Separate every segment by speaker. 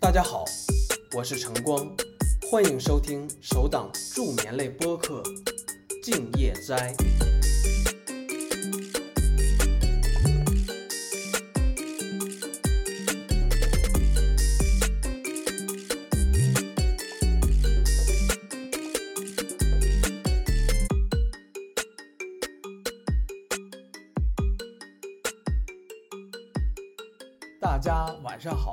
Speaker 1: 大家好，我是晨光，欢迎收听首档助眠类播客《静夜斋》。大家晚上好，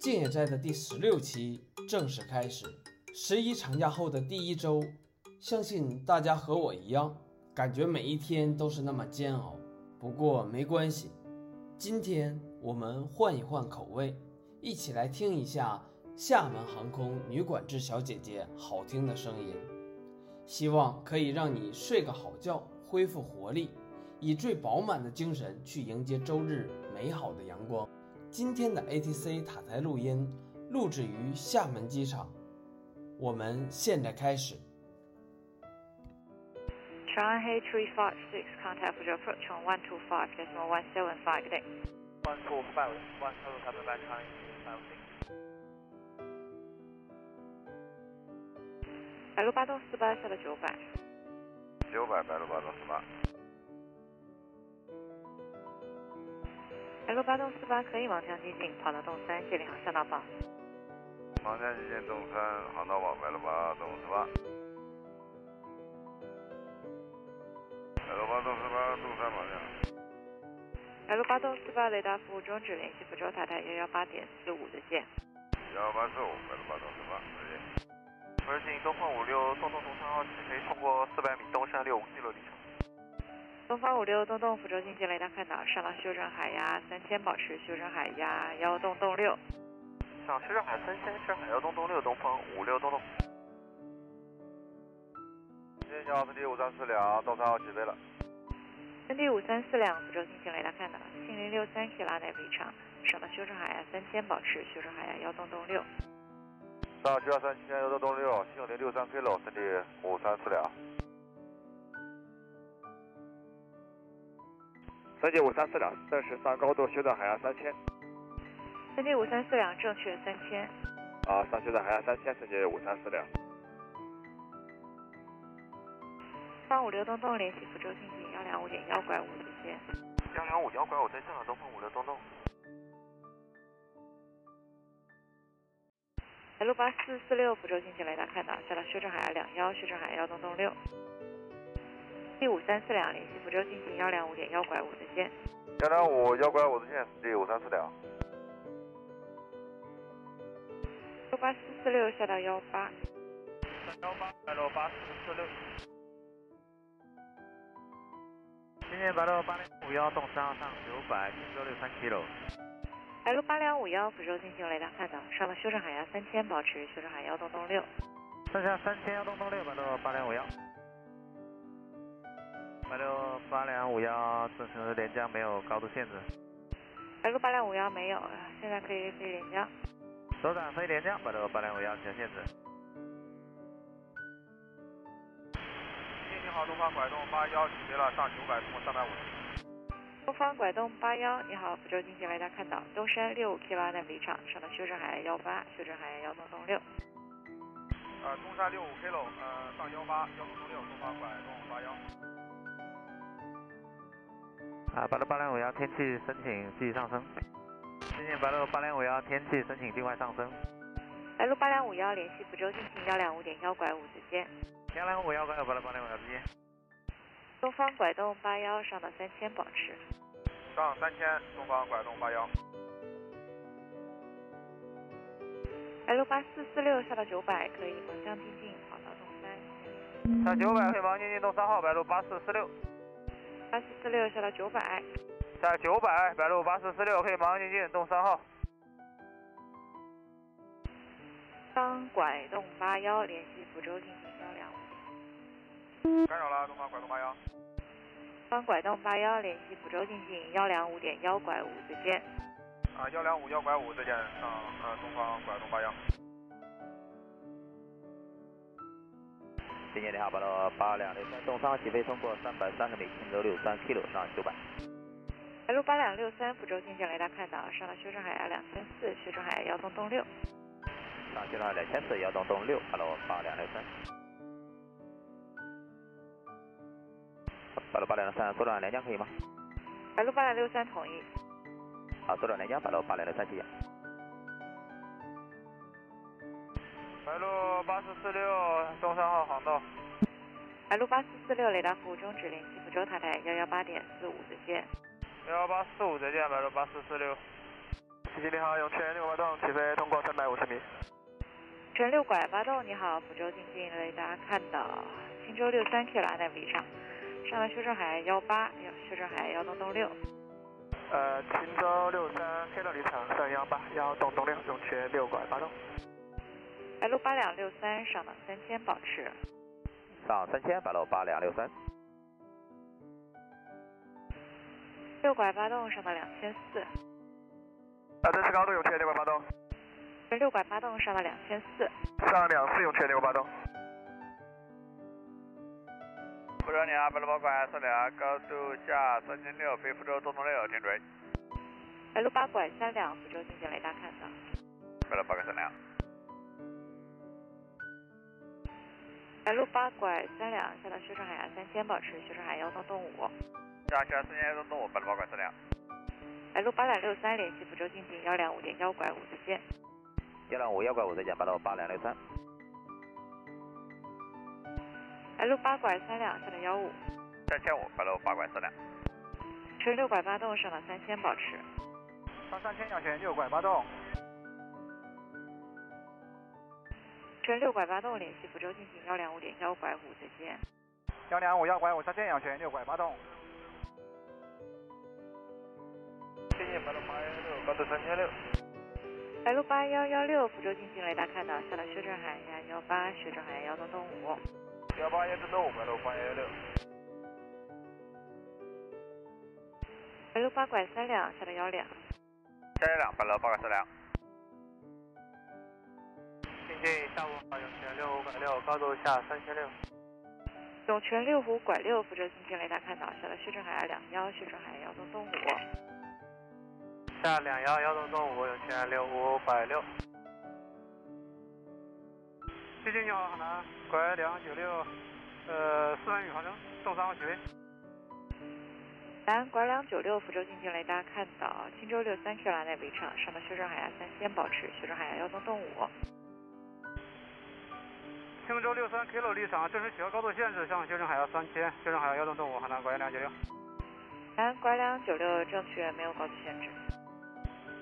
Speaker 1: 静野斋的第十六期正式开始。十一长假后的第一周，相信大家和我一样，感觉每一天都是那么煎熬。不过没关系，今天我们换一换口味，一起来听一下厦门航空女管制小姐姐好听的声音，希望可以让你睡个好觉，恢复活力，以最饱满的精神去迎接周日美好的阳光。今天的 ATC 塔台录音录制于厦门机场，我们现在开始。
Speaker 2: Shanghai 356, contact for your approach on 125.175 deck.
Speaker 3: One four five one total coming back Chinese five six
Speaker 2: l 八栋四八下的九百，
Speaker 3: 九百白鹭八零四八，
Speaker 2: l 八栋四八可以往江接近，跑到洞三，这里航向导报。
Speaker 3: 航线接近东三航道网白鹭八东四八，白鹭八东四八东三方向，
Speaker 2: l 八栋四八雷达服务终止，联系福州塔台幺幺八点四五的见。
Speaker 3: 幺八四五白鹭八东四八，再见。门进东方五六东东从三号起飞，通过四百米东山六五 K 里程。
Speaker 2: 东方五六东洞福州经济雷达看到，上浪修正海压三千，保持修正海压幺洞洞六。
Speaker 3: 上深圳海三千，深圳海幺东东六东方五六东东。深圳幺四七五三四两到三号起飞了，
Speaker 2: 三 D 五三四两福州经济雷达看到，信陵六三 K 拉内离场，上浪修正海压三千，保持修正海压幺洞洞六。
Speaker 3: 三号七幺三七幺东东六，信陵六三 K 了，深圳五三四两。三九五三四两，暂时三高度修正海压三千，
Speaker 2: 三 D 五三四两正确三千。
Speaker 3: 啊，上修正海压三千，深圳五三四两。
Speaker 2: 八五六东东联系福州经济幺两五点幺拐五直线，
Speaker 3: 幺零五幺拐五在上海东风五六东东，
Speaker 2: l 八四四六福州经济雷达看到，下到修正海岸两幺，修正海岸幺东东六。第五三四两联系福州经济幺两五点幺拐五直线，
Speaker 3: 幺零五幺拐五的线，深圳五三四两。
Speaker 2: l 八四四六下到幺八
Speaker 3: 三幺八白鹭八四四六。今天白鹭八零五幺动三号上九百，进州六三 kilo。
Speaker 2: ，L 八两五幺福州经济雷达看到，上到修正海岸三千，保持修正海岸幺东东六。
Speaker 3: 剩下三千幺东东六白鹭八零五幺。白鹭八零五幺，这是连江没有高度限制。
Speaker 2: L 八两五幺没有，现在可以飞连江。
Speaker 3: 首长飞连江，白鹭八零五幺全限制。你好，东方拐动八幺，起飞了，上九百，通过三百五十。
Speaker 2: 东方拐洞八幺，你好，福州经济雷达看到，东山六五 K 八内离场，上到修正海岸幺八，修正海岸幺东东六。
Speaker 3: 呃，东山六五 K 喽，呃，上幺八幺零六，东方拐动八幺。啊，白鹭八零五幺天气申请继续上升。今天白鹭八零五幺天气申请境外上升。
Speaker 2: L 八两五幺联系福州进行幺两五点幺拐五直线，
Speaker 3: 幺零五幺拐白鹭八零五幺直接。
Speaker 2: 东方拐洞八幺上到三千保持。
Speaker 3: 上三千，东方拐动八幺。
Speaker 2: L 八四四六下到九百可以横向逼近，跑到东三。
Speaker 3: 上九百，黑毛宁静东三号，白鹭八四四六。
Speaker 2: 八四四六下到九百
Speaker 3: 在九百，白鹭八四四六，黑毛宁静东三号。
Speaker 2: 方拐洞八幺联系福州进行幺两五，
Speaker 3: 干扰了，东方拐动八幺。
Speaker 2: 方拐洞八幺联系福州进行幺两五点幺拐五直线。
Speaker 3: 啊，幺两五幺拐五，再见，上呃东方拐动八幺。今天你好，白鹭八两六三，东方起飞，通过三百三十米，轻轴六三 kilo 上九百。
Speaker 2: 海路八两六三，福州进近雷达看到，上了修正海压两千四，修正海压幺洞洞六。
Speaker 4: 上去了两千四幺洞洞六，Hello 八两六三，Hello 八两六三，左转连江可以吗？
Speaker 2: 海路八两六三同意，
Speaker 4: 好，啊左转连江，Hello 八两六三，谢谢。
Speaker 3: 白路八四四六东山号航道，
Speaker 2: 海路八四四六雷达服务终止，联系福州塔台幺幺八点四五，再见。
Speaker 3: 幺幺八四五再见，白路八四四六。七七零航永泉六八洞起飞，通过三百五十米。
Speaker 2: 纯六拐八洞，你好，福州进近雷达看到，青州六三 K 拉在离上，上了修正海幺八，修正海幺洞洞六。
Speaker 3: 呃，秦州六三 K 的离场三幺八幺洞东六永泉六拐八洞。
Speaker 2: 海路八两六三上档三千，保持。
Speaker 4: 上三千，Hello 八两六三，
Speaker 2: 六拐八洞上到两千四，
Speaker 3: 啊，这是高度永泉六拐八洞，
Speaker 2: 纯六拐八洞上到两千四。
Speaker 3: 上两次永泉六拐八洞。福州你好，白路八拐四两，高度下三千六，飞福州东东六，停准。
Speaker 2: 海路八拐三两，福州进近雷达看到。
Speaker 4: 白了八个三两，
Speaker 2: 海路八拐三两下到修正海三千，保持修正海幺洞洞五。
Speaker 4: 下去了三千洞洞五，白了八个四两，
Speaker 2: 海路八两六三联系福州进近幺两五点幺拐五，再见。
Speaker 4: 幺两五幺拐五再见，Hello 八两六三，
Speaker 2: 海路八拐三两下到幺五，
Speaker 4: 三千五，Hello 八拐四两，
Speaker 2: 纯六拐八洞上到三千，保持。
Speaker 3: 上三千永泉六拐八洞，
Speaker 2: 纯六拐八洞联系福州进近幺两五点幺拐五，再见。
Speaker 3: 幺两五幺拐五三千永泉六拐八洞。谢谢白路八幺六，高度三千六。
Speaker 2: 海路八幺幺六福州进近雷达看到，下到修正海压幺八，修正海幺洞洞五。
Speaker 3: 幺八幺六五白路八幺六，
Speaker 2: 海路八拐三两下到幺两，
Speaker 4: 三千两，Hello 八个四两，
Speaker 3: 进近下午好永泉六五拐六，高度下三千六。
Speaker 2: 涌泉六湖拐六福州进近雷达看到，下到修正海压两幺，修正海幺洞洞五。
Speaker 3: 下两幺幺洞洞五，有钱六五百六。最近你好，海南，拐两九六，呃，四万米航程，动三号起飞。
Speaker 2: 南拐两九六福州进近雷达看到青州六三 Q 拉内围场，上到修正海压三千，保持修正海压幺洞洞五。
Speaker 3: 青州六三 K 路离场，正式取消高度限制，向修正海压三千，修正海压幺洞洞五，海南拐两九六，
Speaker 2: 南拐两九六正确，没有高度限制。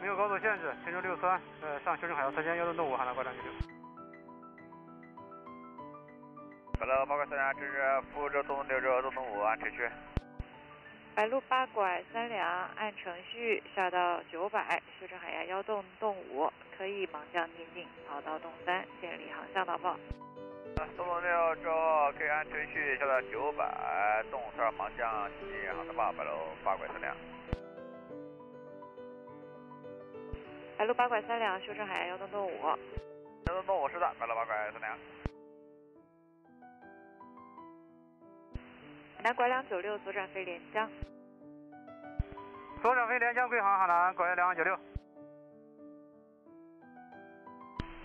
Speaker 3: 没有高度限制，青州六三，呃，上修正海压三千，幺洞洞五，海南拐两九六。
Speaker 4: 白了八个四两，这是福州东六州洞洞五，按程序，
Speaker 2: 白路八拐三两，按程序下到九百，修正海压幺洞洞五，可以盲降接近，跑到洞三，建立航向导报。
Speaker 4: 东洞啊六之后可以按程序下到九百，洞三盲降进航的八，Hello 八拐四两，
Speaker 2: 白路八拐三两，修正海压幺洞洞五。
Speaker 4: 幺洞洞五是的，Hello 八拐四两，
Speaker 2: 南拐两九六左转飞连江，
Speaker 3: 左转飞连江归航，海南拐两九六。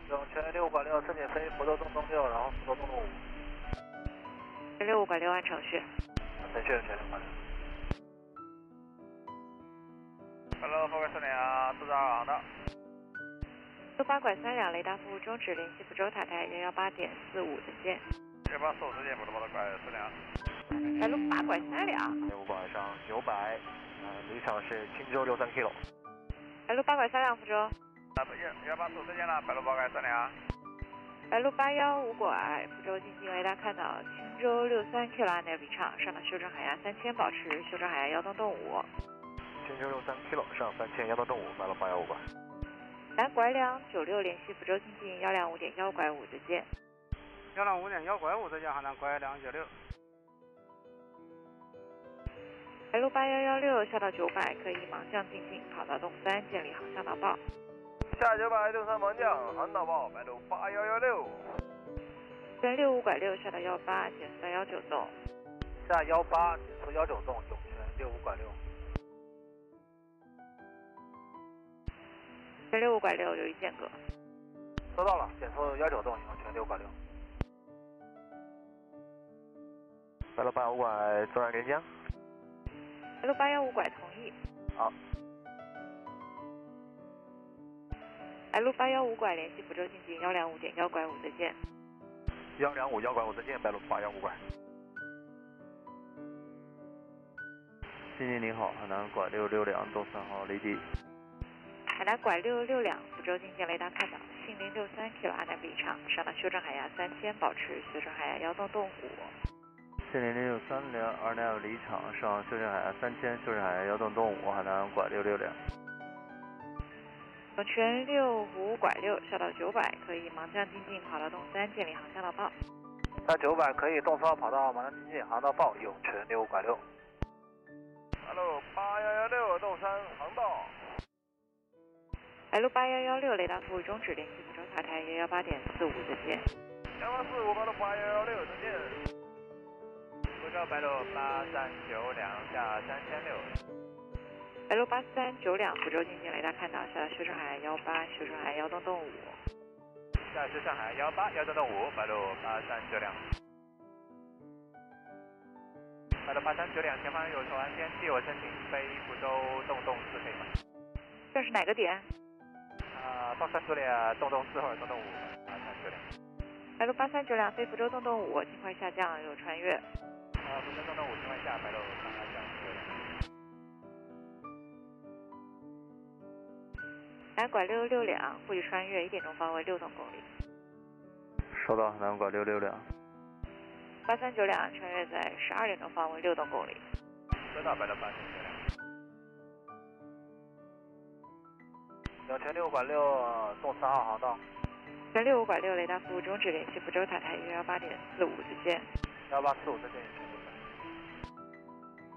Speaker 5: 永泉六拐六，申请飞福州东东六，然后福州东东五，
Speaker 2: 六五拐六按程序。
Speaker 5: 程序永泉六拐六。
Speaker 4: 白了八拐四两，四十二航道，
Speaker 2: 路八拐三两雷达服务终止，联系福州塔台幺幺八点四五，再见。
Speaker 4: 幺八四五再见，白了八拐四两，
Speaker 2: 白路八拐三两，
Speaker 5: 六拐上九百，呃，离场是青州六三 K 路。
Speaker 2: 白路八拐三两福州，
Speaker 4: 啊不幺幺八四五再见了，白了八拐四两。
Speaker 2: 白路八幺五拐福州进近雷达看到青州六三 K 拉内离场，上到修正海压三千，保持修正海压幺洞洞五。
Speaker 5: 青州六三 K 路上三千幺到动五，买了八幺五拐。
Speaker 2: 南拐两九六联系福州进近幺两五点幺拐五，再见。
Speaker 3: 幺两五点幺拐五，再见，海南拐两九六。
Speaker 2: 白路八幺幺六下到九百可以盲降进近，跑到洞三建立航向导报。
Speaker 4: 下九百六三盲降，航道报白路八幺幺六，
Speaker 2: 跟六五拐六下到幺八减三幺九洞。
Speaker 5: 下幺八，从幺九洞，永泉六五拐六。
Speaker 2: 全六五拐六有一间隔。
Speaker 4: 收到了，减速幺九动行，全六拐六。
Speaker 3: 白路八五拐左转连江，
Speaker 2: 白路八幺五拐同意。
Speaker 3: 好。
Speaker 2: 白哎路八幺五拐联系福州经济幺两五点幺拐五，再见。
Speaker 3: 幺两五幺拐五再见，白路八幺五拐。
Speaker 6: 经济您好，海南拐六六两东三号离地，
Speaker 2: 海南拐六六两，福州经济雷达看到信零六三 kilo 阿南比场，上到修正海峡三千，保持修正海峡幺洞洞五。
Speaker 6: 四零零六三零二两离场上修正海峡三千，修正海峡幺洞洞五，海南拐六六两。
Speaker 2: 龙泉六五拐六，下到九百，可以盲降进近，跑到洞三，建立航向导报。
Speaker 4: 那九百可以动车跑道马上进近，航道报永泉六五拐六。
Speaker 6: 白路八幺幺六洞山航道，
Speaker 2: 白哎路八幺幺六雷达服务终止，联系福州塔台幺幺八点四五，再见。
Speaker 6: 幺八四五八路八幺幺六再见。
Speaker 4: 福州白路八三九两下三千六。
Speaker 2: 白路八三九两，福州进近雷达看到，下到修正海幺八，修正海幺洞洞五。
Speaker 4: 下是上海幺八幺九六五，白路八三九两。白路八三九两，前方有船边替我申请飞福州洞洞四可以吗？
Speaker 2: 这是哪个点？
Speaker 4: 啊，到三九两，洞洞四或者洞洞五，八三九两。
Speaker 2: 白路八三九两飞福州洞洞五，尽快下降，有穿越。
Speaker 4: 啊，福州洞洞五情况下，白路八三九两。
Speaker 2: 南拐六六两，沪语穿越，一点钟方位六栋公里。
Speaker 6: 收到，海南拐六六两。
Speaker 2: 八三九两穿越在十二点钟方位六栋公里。
Speaker 4: 收到，白路八三九两。两泉六拐六，动三号航道，
Speaker 2: 全六五拐六雷达服务终止，联系福州塔台幺幺八点四五，再见。
Speaker 4: 幺八四五再见永泉六拐六。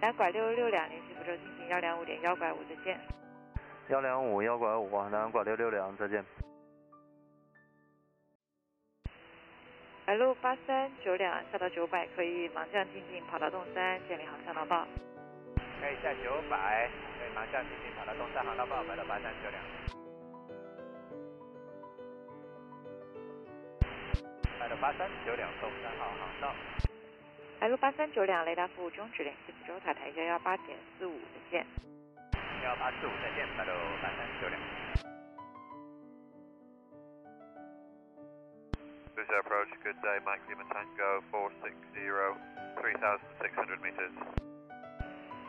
Speaker 2: 南拐六六两联系福州进行幺两五点幺拐五，再见。
Speaker 6: 幺两五幺拐五，海南拐六六两再见。
Speaker 2: 白路八三九两下到九百，可以盲降进近，跑到洞三，建立航向导报。
Speaker 4: 可以下九百，可以马上进行跑到东山航道报，买到八三九两。买到八三九两东山号航道，
Speaker 2: 白路八三九两雷达服务终止，联系福州塔台幺幺八点四五，再见。
Speaker 4: 幺八四五再见，买到八三九两。
Speaker 3: Lucia approach, good day, Mike Lima Tango 460, 3,600 meters.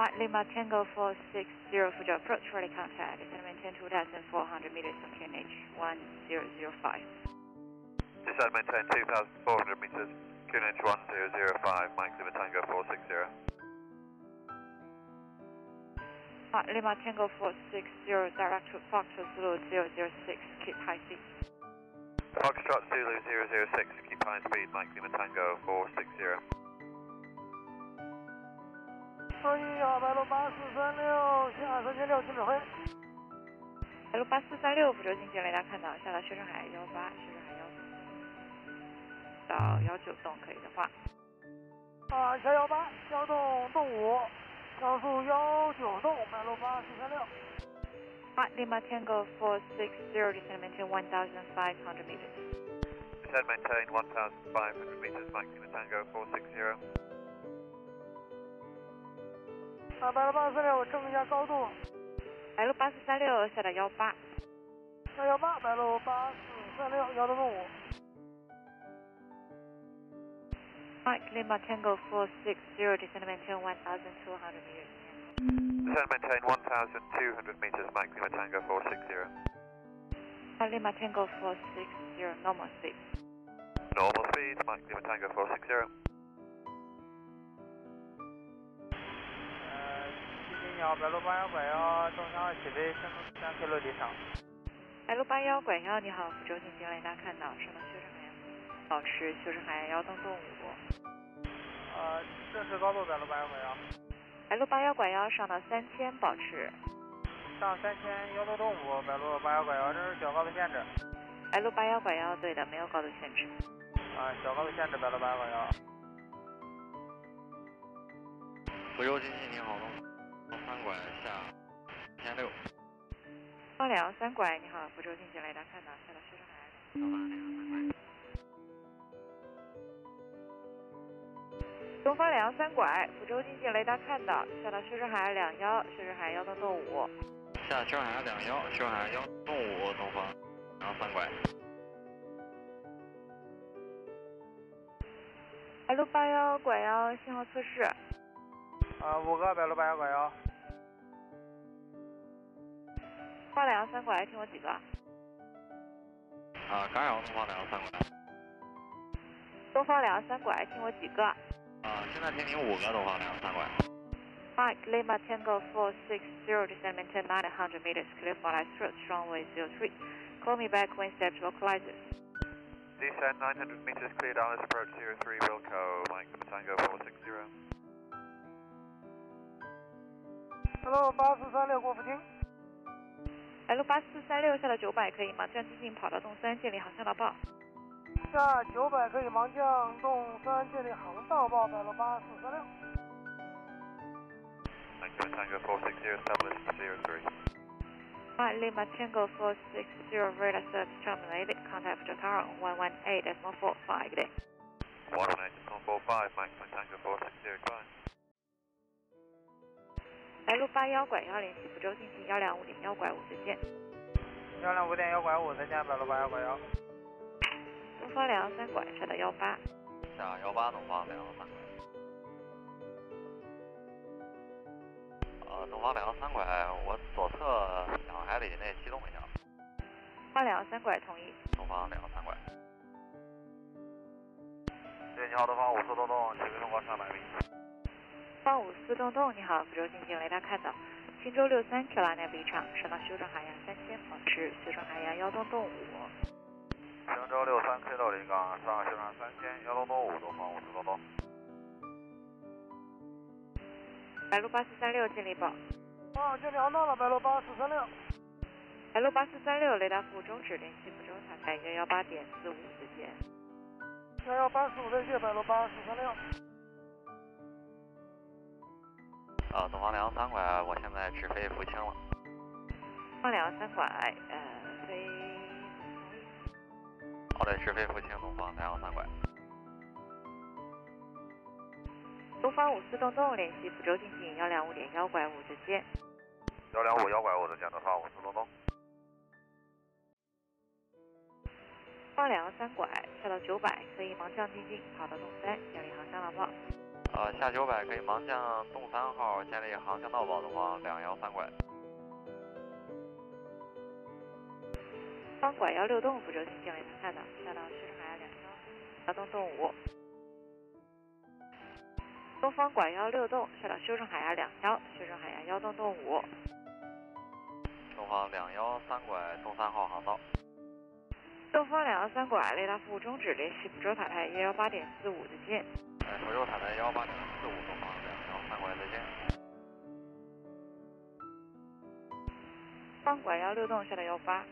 Speaker 2: Mike Lima Tango 460 Fuji approach for the contact. Descend maintain 2,400 meters from QNH 1005.
Speaker 3: Descend maintain 2,400 meters, QNH 1005, Mike Lima Tango 460.
Speaker 2: Mike Lima Tango 460 direct to Foxtrot Zulu 006, keep high speed.
Speaker 3: Foxtrot Zulu 006, keep high speed, Mike Lima Tango 460.
Speaker 4: 收一号白路八四三六下三千六，请指挥。
Speaker 2: 白路八四三六福州经济雷达看到，下到修正海幺八，修正海幺到幺九栋可以的话，
Speaker 4: 啊，下幺八幺洞洞五，高速幺九洞，白路八四三六。
Speaker 2: Mike Lima Tango 460 descend maintain 1,500 meters.
Speaker 3: Descend maintain 1,500 meters, Mike Lima Tango 460.
Speaker 4: 啊，白路八四三六，我证明一下高度。
Speaker 2: 白路八四三六下到幺八，
Speaker 4: 幺幺八白路八四三六幺六六五。
Speaker 2: Mike Lima Tango 460 descend maintain 1,200 meters.
Speaker 3: Descend maintain 1,200 meters, Mike Lima Tango 460.
Speaker 2: Mike Lima Tango 460 normal speed.
Speaker 3: Normal speed, Mike Lima Tango 460.
Speaker 4: 呃，七零幺白路八幺哦拐幺，中央起飞升三 K 落地场。
Speaker 2: 白路八幺拐幺，你好，福州经济雷达看到，上到修正海洋，保持修正海洋幺洞洞五。
Speaker 4: 呃，正式高度白路八幺哦拐幺，
Speaker 2: 白路八幺拐幺上到三千，保持。
Speaker 4: 上三千幺六六五白路八幺拐幺，这是小高度限制。
Speaker 2: 白路八幺拐幺，对的，没有高度限制。
Speaker 4: 啊，小高度限制白路八幺哦拐幺。
Speaker 7: 福州经济你好，东东三拐下千六，
Speaker 2: 方良三拐，你好，福州经济雷达看到，下到修正海。东方两三拐，福州经济雷达看到，下到修正海两幺，修正海幺洞洞五。
Speaker 3: 下青海两幺，青海幺动五东方，然后三拐。
Speaker 2: 白路八幺拐幺信号测试，
Speaker 4: 啊，五个白鹭八幺拐幺，
Speaker 2: 方两三拐，听我几个？
Speaker 3: 啊，干扰东方两幺三拐。
Speaker 2: 东方两啊三拐，听我几个
Speaker 3: 啊，现在听您五个东方两幺啊三拐。
Speaker 2: ？Mike Lima Tango oh four six zero descend maintain nine hundred meters clear for light through runway zero three. Call me back when steps localizes.
Speaker 4: Descend 900 meters cleared on this approach 03 Wilco, Mike Tango 460.
Speaker 5: Hello，八四三六国府厅，
Speaker 2: 白路八四三六下到九百可以吗？这样进近跑道洞三，建立航向导报。
Speaker 5: 下九百可以盲降洞三建立航道报白鹭八四三六。
Speaker 4: Mike Tango 460, established 03.
Speaker 2: Mike Lima Tango four six zero radar service terminated. Contact Jakarta one one eight decimal four five.
Speaker 4: Water 9.45, Mike Tango 460, climb.
Speaker 2: 白路八幺拐幺联系福州进行幺两五点幺拐五再见。
Speaker 4: 幺两五点幺拐五，再见，白鹭八幺拐幺。
Speaker 2: 东方两幺三拐下到幺八。
Speaker 3: 下幺八东方两幺三拐。呃，东方两幺三拐，我左侧两海里内机动一下。
Speaker 2: 东方两幺三拐同意。
Speaker 3: 东方两幺三拐。
Speaker 4: 对，你好，东方五四东东，请跟通过三百米。
Speaker 2: 方五四洞洞，你好，福州进行雷达看到，青州六三 Q 拉内部异常，上到修正海洋三千，保持修正海洋幺洞洞五。
Speaker 4: 行州六三 K 六零杠上海市场三千幺东东五东方五四东东。
Speaker 2: 白鹭八四三六建立报，
Speaker 5: 啊，建立航道了，白鹭八四三六。
Speaker 2: 白鹭八四三六雷达服务终止，联系福州塔台幺幺八点四五再见。
Speaker 5: 幺幺八四五再见，白鹭八四三六。
Speaker 3: 呃，东方两幺三拐，我现在直飞福清了。
Speaker 2: 方两幺三拐，呃，飞
Speaker 3: 哦，对，直飞福清东方两幺三拐。
Speaker 2: 东方五四洞洞，联系福州进行幺两五点幺拐五再见。
Speaker 4: 幺两五幺拐五，再见，东方五四东东。
Speaker 2: 方两幺三拐下到九百，可以盲降进近，跑到洞三，建立航向导报。
Speaker 3: 呃，下九百可以盲降洞三号，建立航向道保东方两幺三拐。
Speaker 2: 方拐幺六洞福州经济雷达看到，下到西海两幺幺洞洞五。东方拐幺六洞下到修正海峡两幺，修正海峡幺洞洞五。
Speaker 3: 东方两幺三拐，东三号航道。
Speaker 2: 东方两幺三拐雷达服务终止，联系福州塔台幺幺八点四五再见。
Speaker 3: 哎，福州塔台幺八点四五东方两幺三拐，再见。
Speaker 2: 方拐幺六洞下到幺八。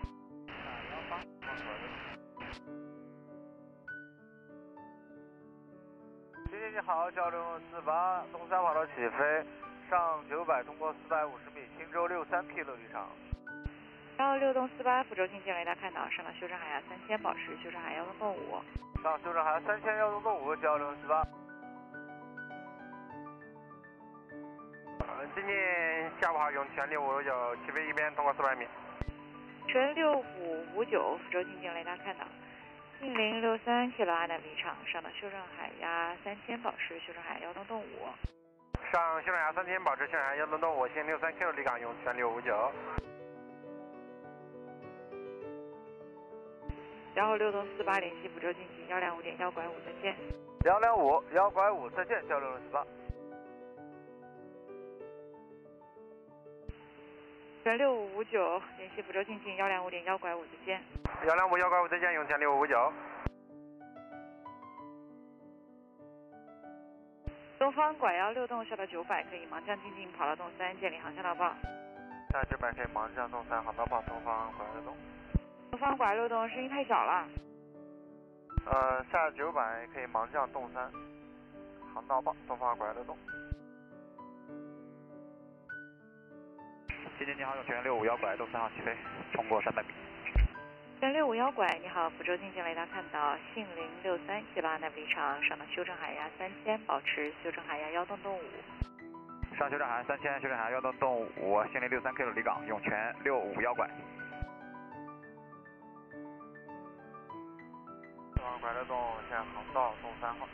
Speaker 4: 姐姐你好，交流四八东三跑道起飞，上九百，通过四百五十米，青州六三 P 六机场。
Speaker 2: 幺六洞四八福州经济雷达看到，上到修正海峡三千，保持修正海峡幺洞洞五。
Speaker 4: 上修正海三千幺零六五交流四八。呃今天下午好，用全力五九起飞一边通过四百米。
Speaker 2: 纯六五五九福州进境雷达看到，近零六三 k 到阿南比场上的修正海压三千宝石，修正海幺洞洞五。
Speaker 4: 上修正海三千，保持修正海幺零六五，线六三 Q 离港，用全力五九。
Speaker 2: 然后六洞四八联系福州进境幺两五点幺拐五再见。
Speaker 4: 幺零五幺拐五，再见，交流四八。
Speaker 2: 纯六五五九联系福州进境幺两五点幺拐五再见。
Speaker 4: 幺零五幺拐五，再见，用全力五九。
Speaker 2: 东方拐幺六洞下到九百可以盲降进境跑道洞三建立航向导报。
Speaker 4: 大致百飞盲降东三航道报东方拐六东。
Speaker 2: 东方拐六洞声音太小了。
Speaker 4: 呃，下九百可以盲降洞三，航道报东方拐六东。天津你好，用全六五幺拐东三号起飞，冲过三百米。
Speaker 2: 全六五幺拐，你好，福州进近雷达看到信零六三七八那离场，上到修正海压三千，保持修正海压幺洞洞五。
Speaker 4: 上修正海三千，修正海幺洞洞五，信零六三 K 六离港，用全六五幺拐。
Speaker 3: 啊，拐了洞，现在航道洞三号。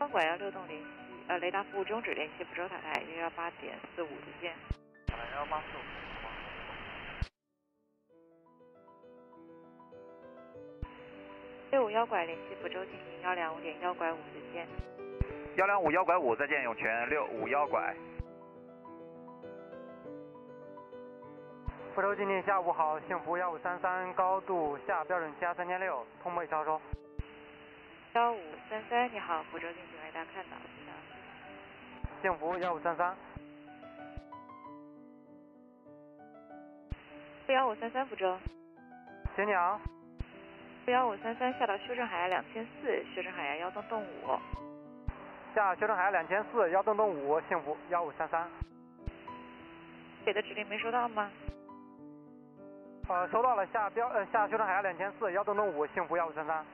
Speaker 2: 方拐幺六洞联系，呃，雷达服务终止，联系福州塔台约幺八点四五离线。
Speaker 3: 好了，幺八四五。
Speaker 2: 六五幺拐联系福州进行幺两五点幺拐五离线。
Speaker 4: 幺两五幺拐五，再见，用全六五幺拐。
Speaker 8: 福州今天下午好，幸福幺五三三，高度下标准气压三千六，通报已超收。
Speaker 2: 幺五三三，你好，福州进行雷达看到。
Speaker 8: 幸福幺五三三，
Speaker 2: 负幺五三三福州，
Speaker 8: 请讲。
Speaker 2: 负幺五三三下到修正海压两千四，修正海压幺洞洞五。
Speaker 8: 下修正海两千四幺洞洞五，幸福幺五三三。
Speaker 2: 给的指令没收到吗？
Speaker 8: 呃，收到了，下标呃下修正海两千四幺洞洞五，幸福幺五三三。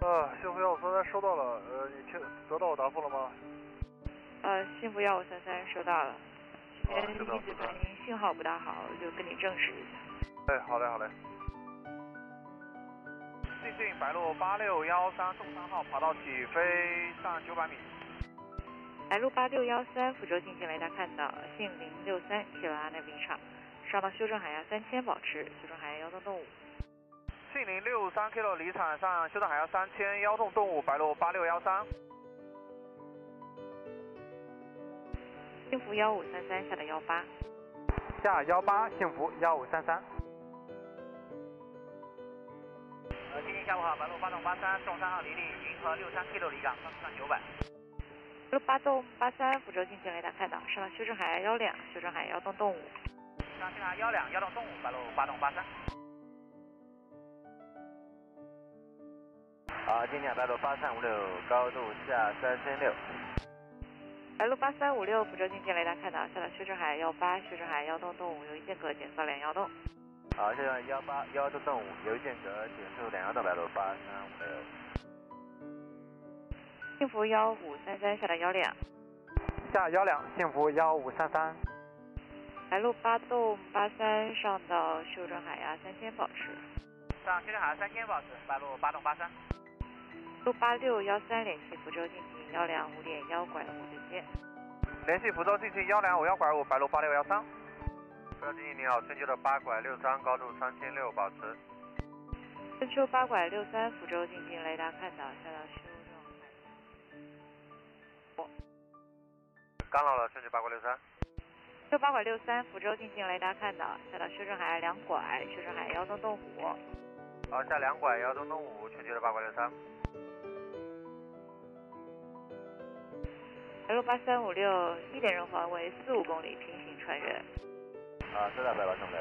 Speaker 3: 呃，幸福幺五三三收到了，呃，你听得到我答复了吗？
Speaker 2: 呃，幸福幺五三三收到了。
Speaker 3: 啊
Speaker 2: 呃，
Speaker 3: 收到
Speaker 2: 一直
Speaker 3: 收到
Speaker 2: 反映信号不大好，我就跟你证实一下。
Speaker 3: 哎，好嘞，好嘞。
Speaker 4: 最近白鹭八六幺三洞三号跑道起飞上九百米。
Speaker 2: 白鹭八六幺三，福州进近雷达看到，信零六三七八那离场，上到修正海压三千，保持修正海压幺洞洞五。
Speaker 4: 信零六三 K 六离场上修正海幺三千幺洞动物白鹭八六幺三。
Speaker 2: 幸福幺五三三下到幺八，
Speaker 8: 下幺八幸福幺五三三，
Speaker 4: 呃，今天下午好，白鹭八洞八三送三号离地，银河六三 K 六离港，方向九百。
Speaker 2: 白鹭八洞八三，福州进近雷达看到，上到修正海压幺两，修正海压幺洞洞五。
Speaker 4: 上去幺两幺洞动物白鹭八洞八三。
Speaker 3: 啊，今天白鹭八三五六，高度下三千六。
Speaker 2: 白鹭八三五六，福州进近雷达看到，下到修正海压幺八，修正海压幺洞洞五，有一间隔减速两幺洞。
Speaker 3: 好，现在幺八幺洞洞五，邮件格减速两幺洞白鹭八三五六。
Speaker 2: 幸福幺五三三下到幺两，
Speaker 8: 下幺两幸福幺五三三，
Speaker 2: 白鹭八洞八三上到修正海压三千，保持。
Speaker 4: 上修正海三千保持，白鹭八洞八三。
Speaker 2: 六八六幺三联系福州进近幺两五点幺拐五直接。
Speaker 4: 联系福州进近幺两五幺拐五白鹭八六幺三。
Speaker 3: 福州经济你好，春秋的八拐六三，高度三千六，保持。
Speaker 2: 春秋八拐六三，福州进近雷达看到，下到修正海。
Speaker 3: 干扰了，春秋八拐六三。
Speaker 2: 六八拐六三，福州进近雷达看到，下到修正海两拐，修正海幺洞洞五。
Speaker 3: 好，下两拐幺洞洞五，春秋的八拐六三。
Speaker 2: 六八三五六，一点任环为四五公里，平行穿越。
Speaker 3: 啊，收到白鹭三六。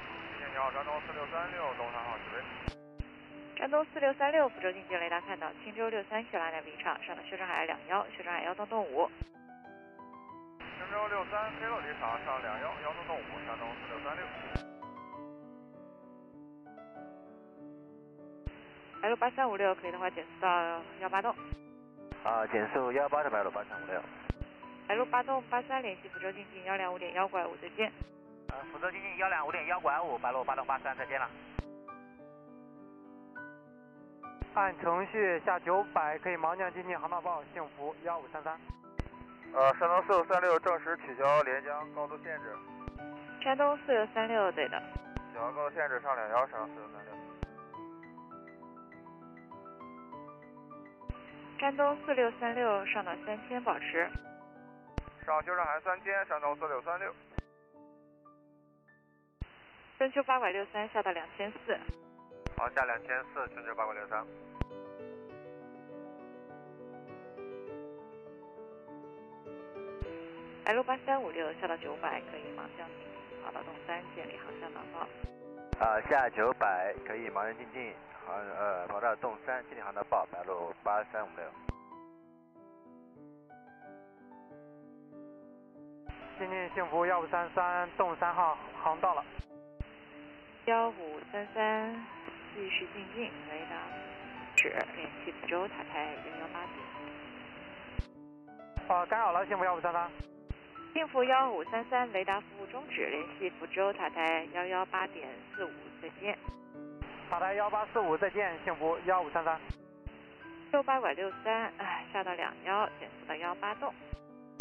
Speaker 3: 今天你好，山东四六三六，东三号起飞。
Speaker 2: 山东四六三六，福州进近雷达看到，青州六三去拉南离场，上到修正海两幺，修正海幺洞洞五。
Speaker 3: 郑州六三 K 六离场上两幺幺洞洞五，山东四六三六。
Speaker 2: 白六八三五六，可以的话减速到幺八洞。
Speaker 3: 啊，减速幺八的白鹭八三五六。
Speaker 2: 白鹭八洞八三联系福州进近幺两五点幺拐五，再见。
Speaker 4: 呃，福州经济幺两五点幺拐五白鹭八洞八三，再见了。
Speaker 8: 按程序下九百可以盲降进近航道报，幸福幺五三三。
Speaker 3: 呃，山东四六三六正式取消连江高度限制，
Speaker 2: 山东四六三六，对的。
Speaker 3: 取消高度限制上两幺，山东四六三六。
Speaker 2: 山东四六三六上到三千保持，
Speaker 3: 上修正海三千，山东四六三六。
Speaker 2: 深秋八拐六三下到两千四，
Speaker 3: 好，下两千四，春秋八拐六三。
Speaker 2: 白鹭八三五六下到九百可以盲降停，跑到东三建立航向导报。
Speaker 3: 啊，
Speaker 4: 呃
Speaker 3: 下九百可以盲人进近，航呃跑道洞三，进行航道报，白鹭八三五六。
Speaker 8: 天津幸福幺五三三动三号航到了，
Speaker 2: 幺五三三继续进近，雷达指联系本州塔台幺幺八九。
Speaker 8: 呃，干扰了幸福幺五三三，
Speaker 2: 幸福幺五三三雷达服务终止，联系福州塔台幺幺八点四五，再见。
Speaker 8: 塔台幺八四五再见，幸福幺五三三，
Speaker 2: 六八拐六三，哎，下到两幺，减速到幺八栋。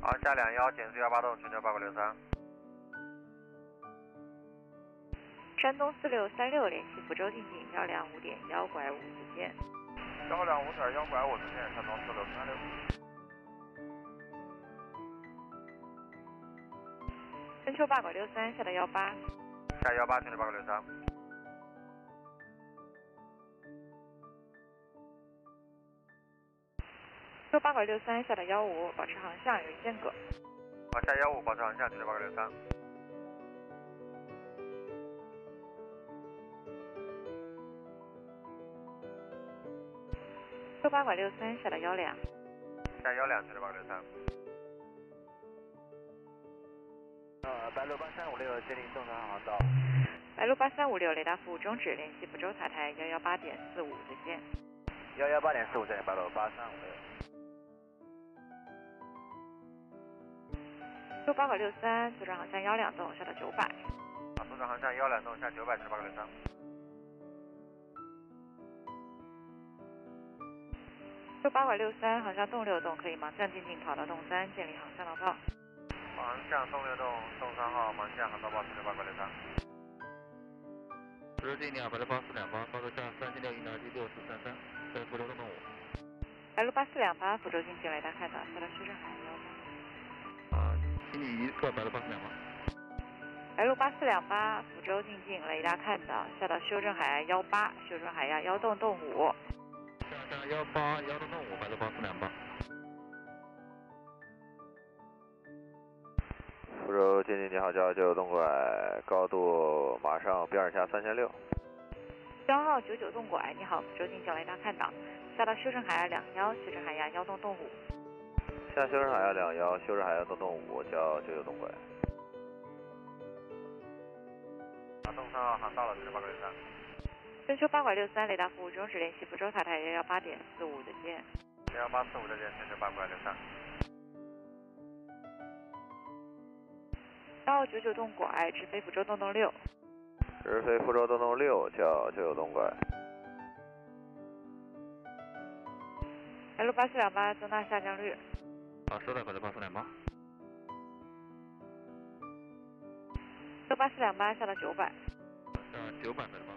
Speaker 3: 好，加两幺减速幺八栋，全球八拐六三。
Speaker 2: 山东四六三六联系福州进近幺两五点幺拐五，再见。
Speaker 3: 幺两五点幺拐五，直线山东四六三六。
Speaker 2: 深秋八拐六三，下到幺八。
Speaker 3: 下幺八全球八拐六三。
Speaker 2: 六八拐六三，下到幺五，保持航向有一间隔。
Speaker 3: 好，下幺五保持航向全球八拐六三。
Speaker 2: 六八拐六三，下到幺两。
Speaker 3: 下幺两全球八拐六三。
Speaker 4: 呃，白鹭八三五六接近东三号航道。
Speaker 2: 白鹭八三五六雷达服务终止，联系福州塔台幺幺八点四五，再见。
Speaker 4: 幺幺八点四五再见，白鹭八三五六。
Speaker 2: 六八拐六三，左转航向幺两栋，下到九百。
Speaker 4: 啊
Speaker 3: 好，东转航向幺两栋下九百全球八拐六三。
Speaker 2: 六八拐六三，航向洞六栋，可以盲降进近，跑到洞三，建立航向导报。
Speaker 3: 航向东六栋东三号，盲向航道报全球八拐六三。
Speaker 9: 福州进近白六八四两八，报告向三七六一零七六四三三，在福州东东五。
Speaker 2: 白鹭八四两八，福州经济雷达看到，下到西上海幺八。
Speaker 9: 啊，请你一侧白六八四两八。
Speaker 2: 白鹭八四两八，福州进近雷达看到，下到修正海岸幺八，修正海岸幺洞洞五。
Speaker 9: 向上幺八幺六六五白六八四两八。
Speaker 4: 福州接近你好，叫九东拐，高度马上标准下三千六。
Speaker 2: 幺号九九洞拐，你好，福州进近雷达看到，下到修正海岸两幺，修正海岸幺洞洞五。
Speaker 4: 下修正海要两幺，修正海要东东五，叫九九东拐。
Speaker 3: 啊，东三号航到了全球八拐六三。
Speaker 2: 深秋八拐六三雷达服务终止，联系福州塔台幺幺八点四五，再见。
Speaker 3: 幺幺八四五再见，全球八拐六三。
Speaker 2: 幺号九九洞拐，直飞福州洞洞六。
Speaker 4: 直飞福州东东六，叫九九东拐。
Speaker 2: L 八四两八增大下降率。
Speaker 9: 啊，收到白六八四两八。
Speaker 2: 六八四两八下到九百。
Speaker 9: 呃向九百白六八